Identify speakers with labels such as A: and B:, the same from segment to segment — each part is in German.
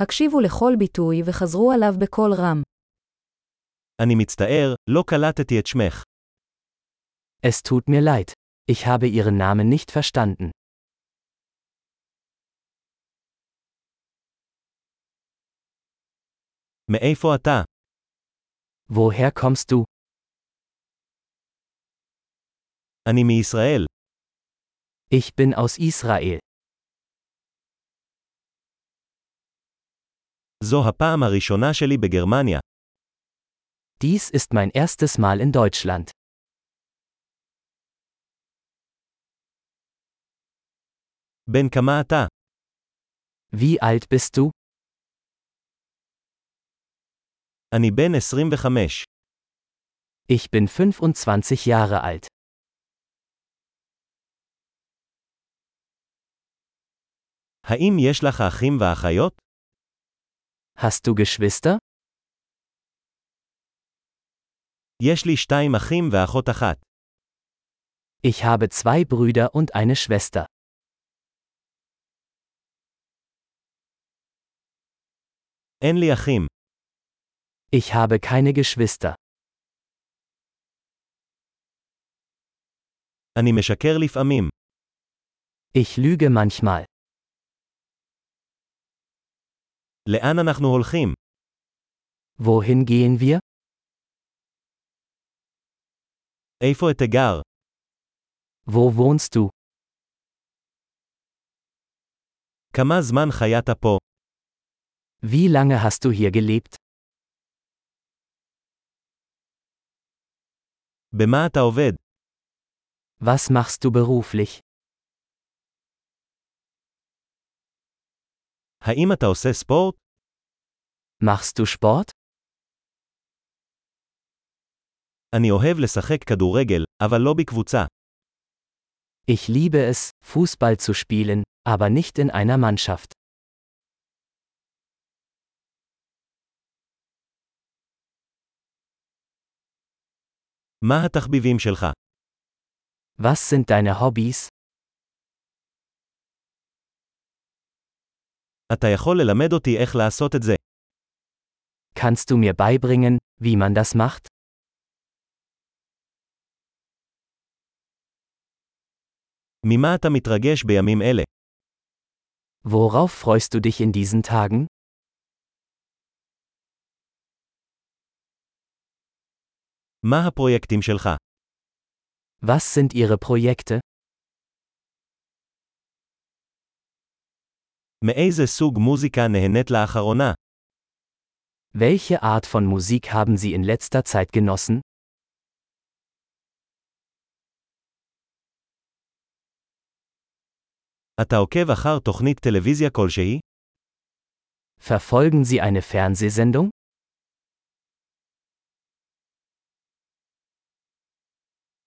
A: הקשיבו לכל ביטוי וחזרו עליו בקול רם.
B: אני מצטער, לא קלטתי את שמך.
C: Es tut mir leid. Ich habe Ihren Namen nicht verstanden.
B: מאיפה אתה?
C: Woher kommst du?
B: אני מישראל.
C: Ich bin aus Israel.
B: זו הפעם הראשונה שלי בגרמניה.
C: Dies ist mein erstes Mal in Deutschland.
B: בן כמה אתה?
C: Wie alt bist du?
B: אני בן 25.
C: Ich bin 25 Jahre alt.
B: האם יש לך אחים ואחיות?
C: Hast du Geschwister?
B: יש לי שתיים אחים ואחות אחת.
C: Ich habe zwei Brüder und eine Schwester.
B: אין לי אחים.
C: Ich habe keine Geschwister.
B: אני משקר לפעמים.
C: Ich lüge manchmal.
B: לאן אנחנו הולכים?
C: Wohin gehen wir?
B: איפה את הגר?
C: Wo wohnst du?
B: כמה זמן חיית פה?
C: Wie lange hast du hier gelebt?
B: במה אתה עובד?
C: Was machst du beruflich?
B: האם אתה עושה ספורט?
C: Machst du Sport?
B: אני אוהב לשחק כדורגל, אבל לא בקבוצה.
C: Ich liebe es, Fußball zu spielen, aber nicht in einer Mannschaft.
B: מה התחביבים שלך?
C: Was sind deine Hobbys?
B: אתה יכול ללמד אותי איך לעשות את זה.
C: Kannst du mir beibringen, wie man das macht?
B: ממה אתה מתרגש בימים אלה?
C: Worauf freust du dich in diesen Tagen?
B: מה הפרויקטים שלך?
C: Was sind ihre Projekte?
B: מאיזה סוג מוזיקה נהנית לאחרונה?
C: Welche Art von Musik haben sie in letzter Zeit genossen?
B: אתה עוקב אחר תוכנית טלוויזיה כלשהי?
C: Verfolgen sie eine Fernsehsendung?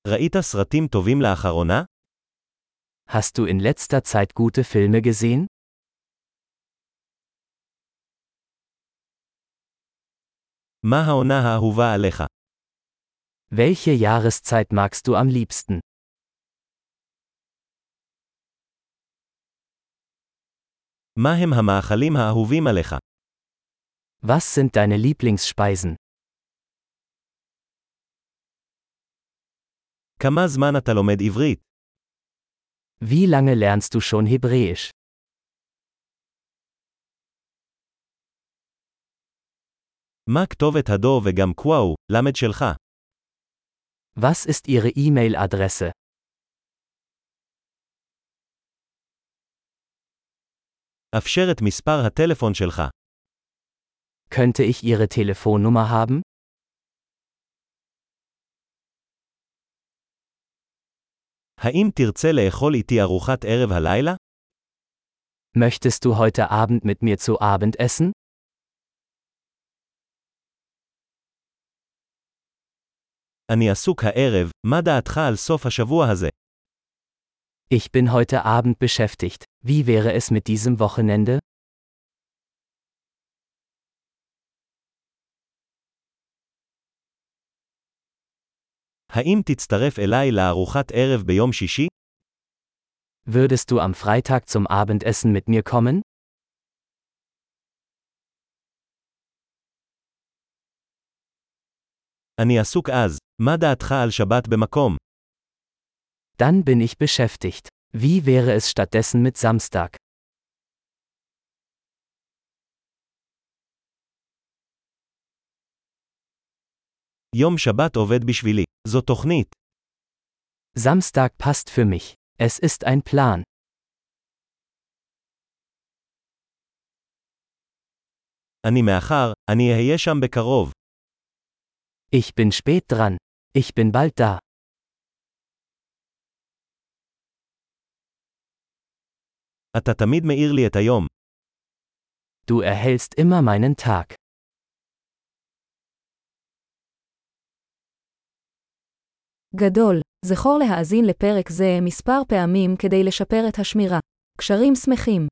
B: ראית סרטים טובים לאחרונה?
C: Hast du in letzter Zeit gute Filme gesehen?
B: מה העונה האהובה עליך?
C: Welche Jahreszeit magst du am liebsten?
B: מה הם המאכלים האהובים עליך?
C: Was sind deine Lieblingsspeisen?
B: כמה זמן אתה לומד עברית?
C: Wie lange lernst du schon Hebräisch?
B: מה כתובת הדו וגם קוואו, למד שלך?
C: Was ist ihre E-Mail-Adresse?
B: אפשר את מספר הטלפון שלך.
C: Könnte ich ihre Telefonnummer haben?
B: האם תרצה לאכול איתי ארוחת ערב הלילה?
C: Möchtest du heute Abend mit mir zu Abend essen?
B: אני עסוק הערב, מה דעתך על סוף השבוע הזה?
C: Ich bin heute Abend beschäftigt. Wie wäre es mit diesem Wochenende?
B: האם תצטרף אליי לארוחת ערב ביום שישי?
C: Würdest du am Freitag zum Abendessen mit mir kommen?
B: אני עסוק אז. מה דעתך על שבת במקום?
C: Dann bin ich beschäftigt. Wie wäre es stattdessen mit Samstag?
B: יום שבת עובד בשבילי. זו תוכנית.
C: Samstag passt für mich. Es ist ein Plan.
B: אני מאחר, אני אהיה שם בקרוב.
C: Ich bin spät dran. Ich bin bald da.
B: אתה תמיד מאיר לי את היום.
C: Du erhältst immer meinen Tag.
A: גדול. זכור להאזין לפרק זה מספר פעמים כדי לשפר את השמירה. קשרים שמחים.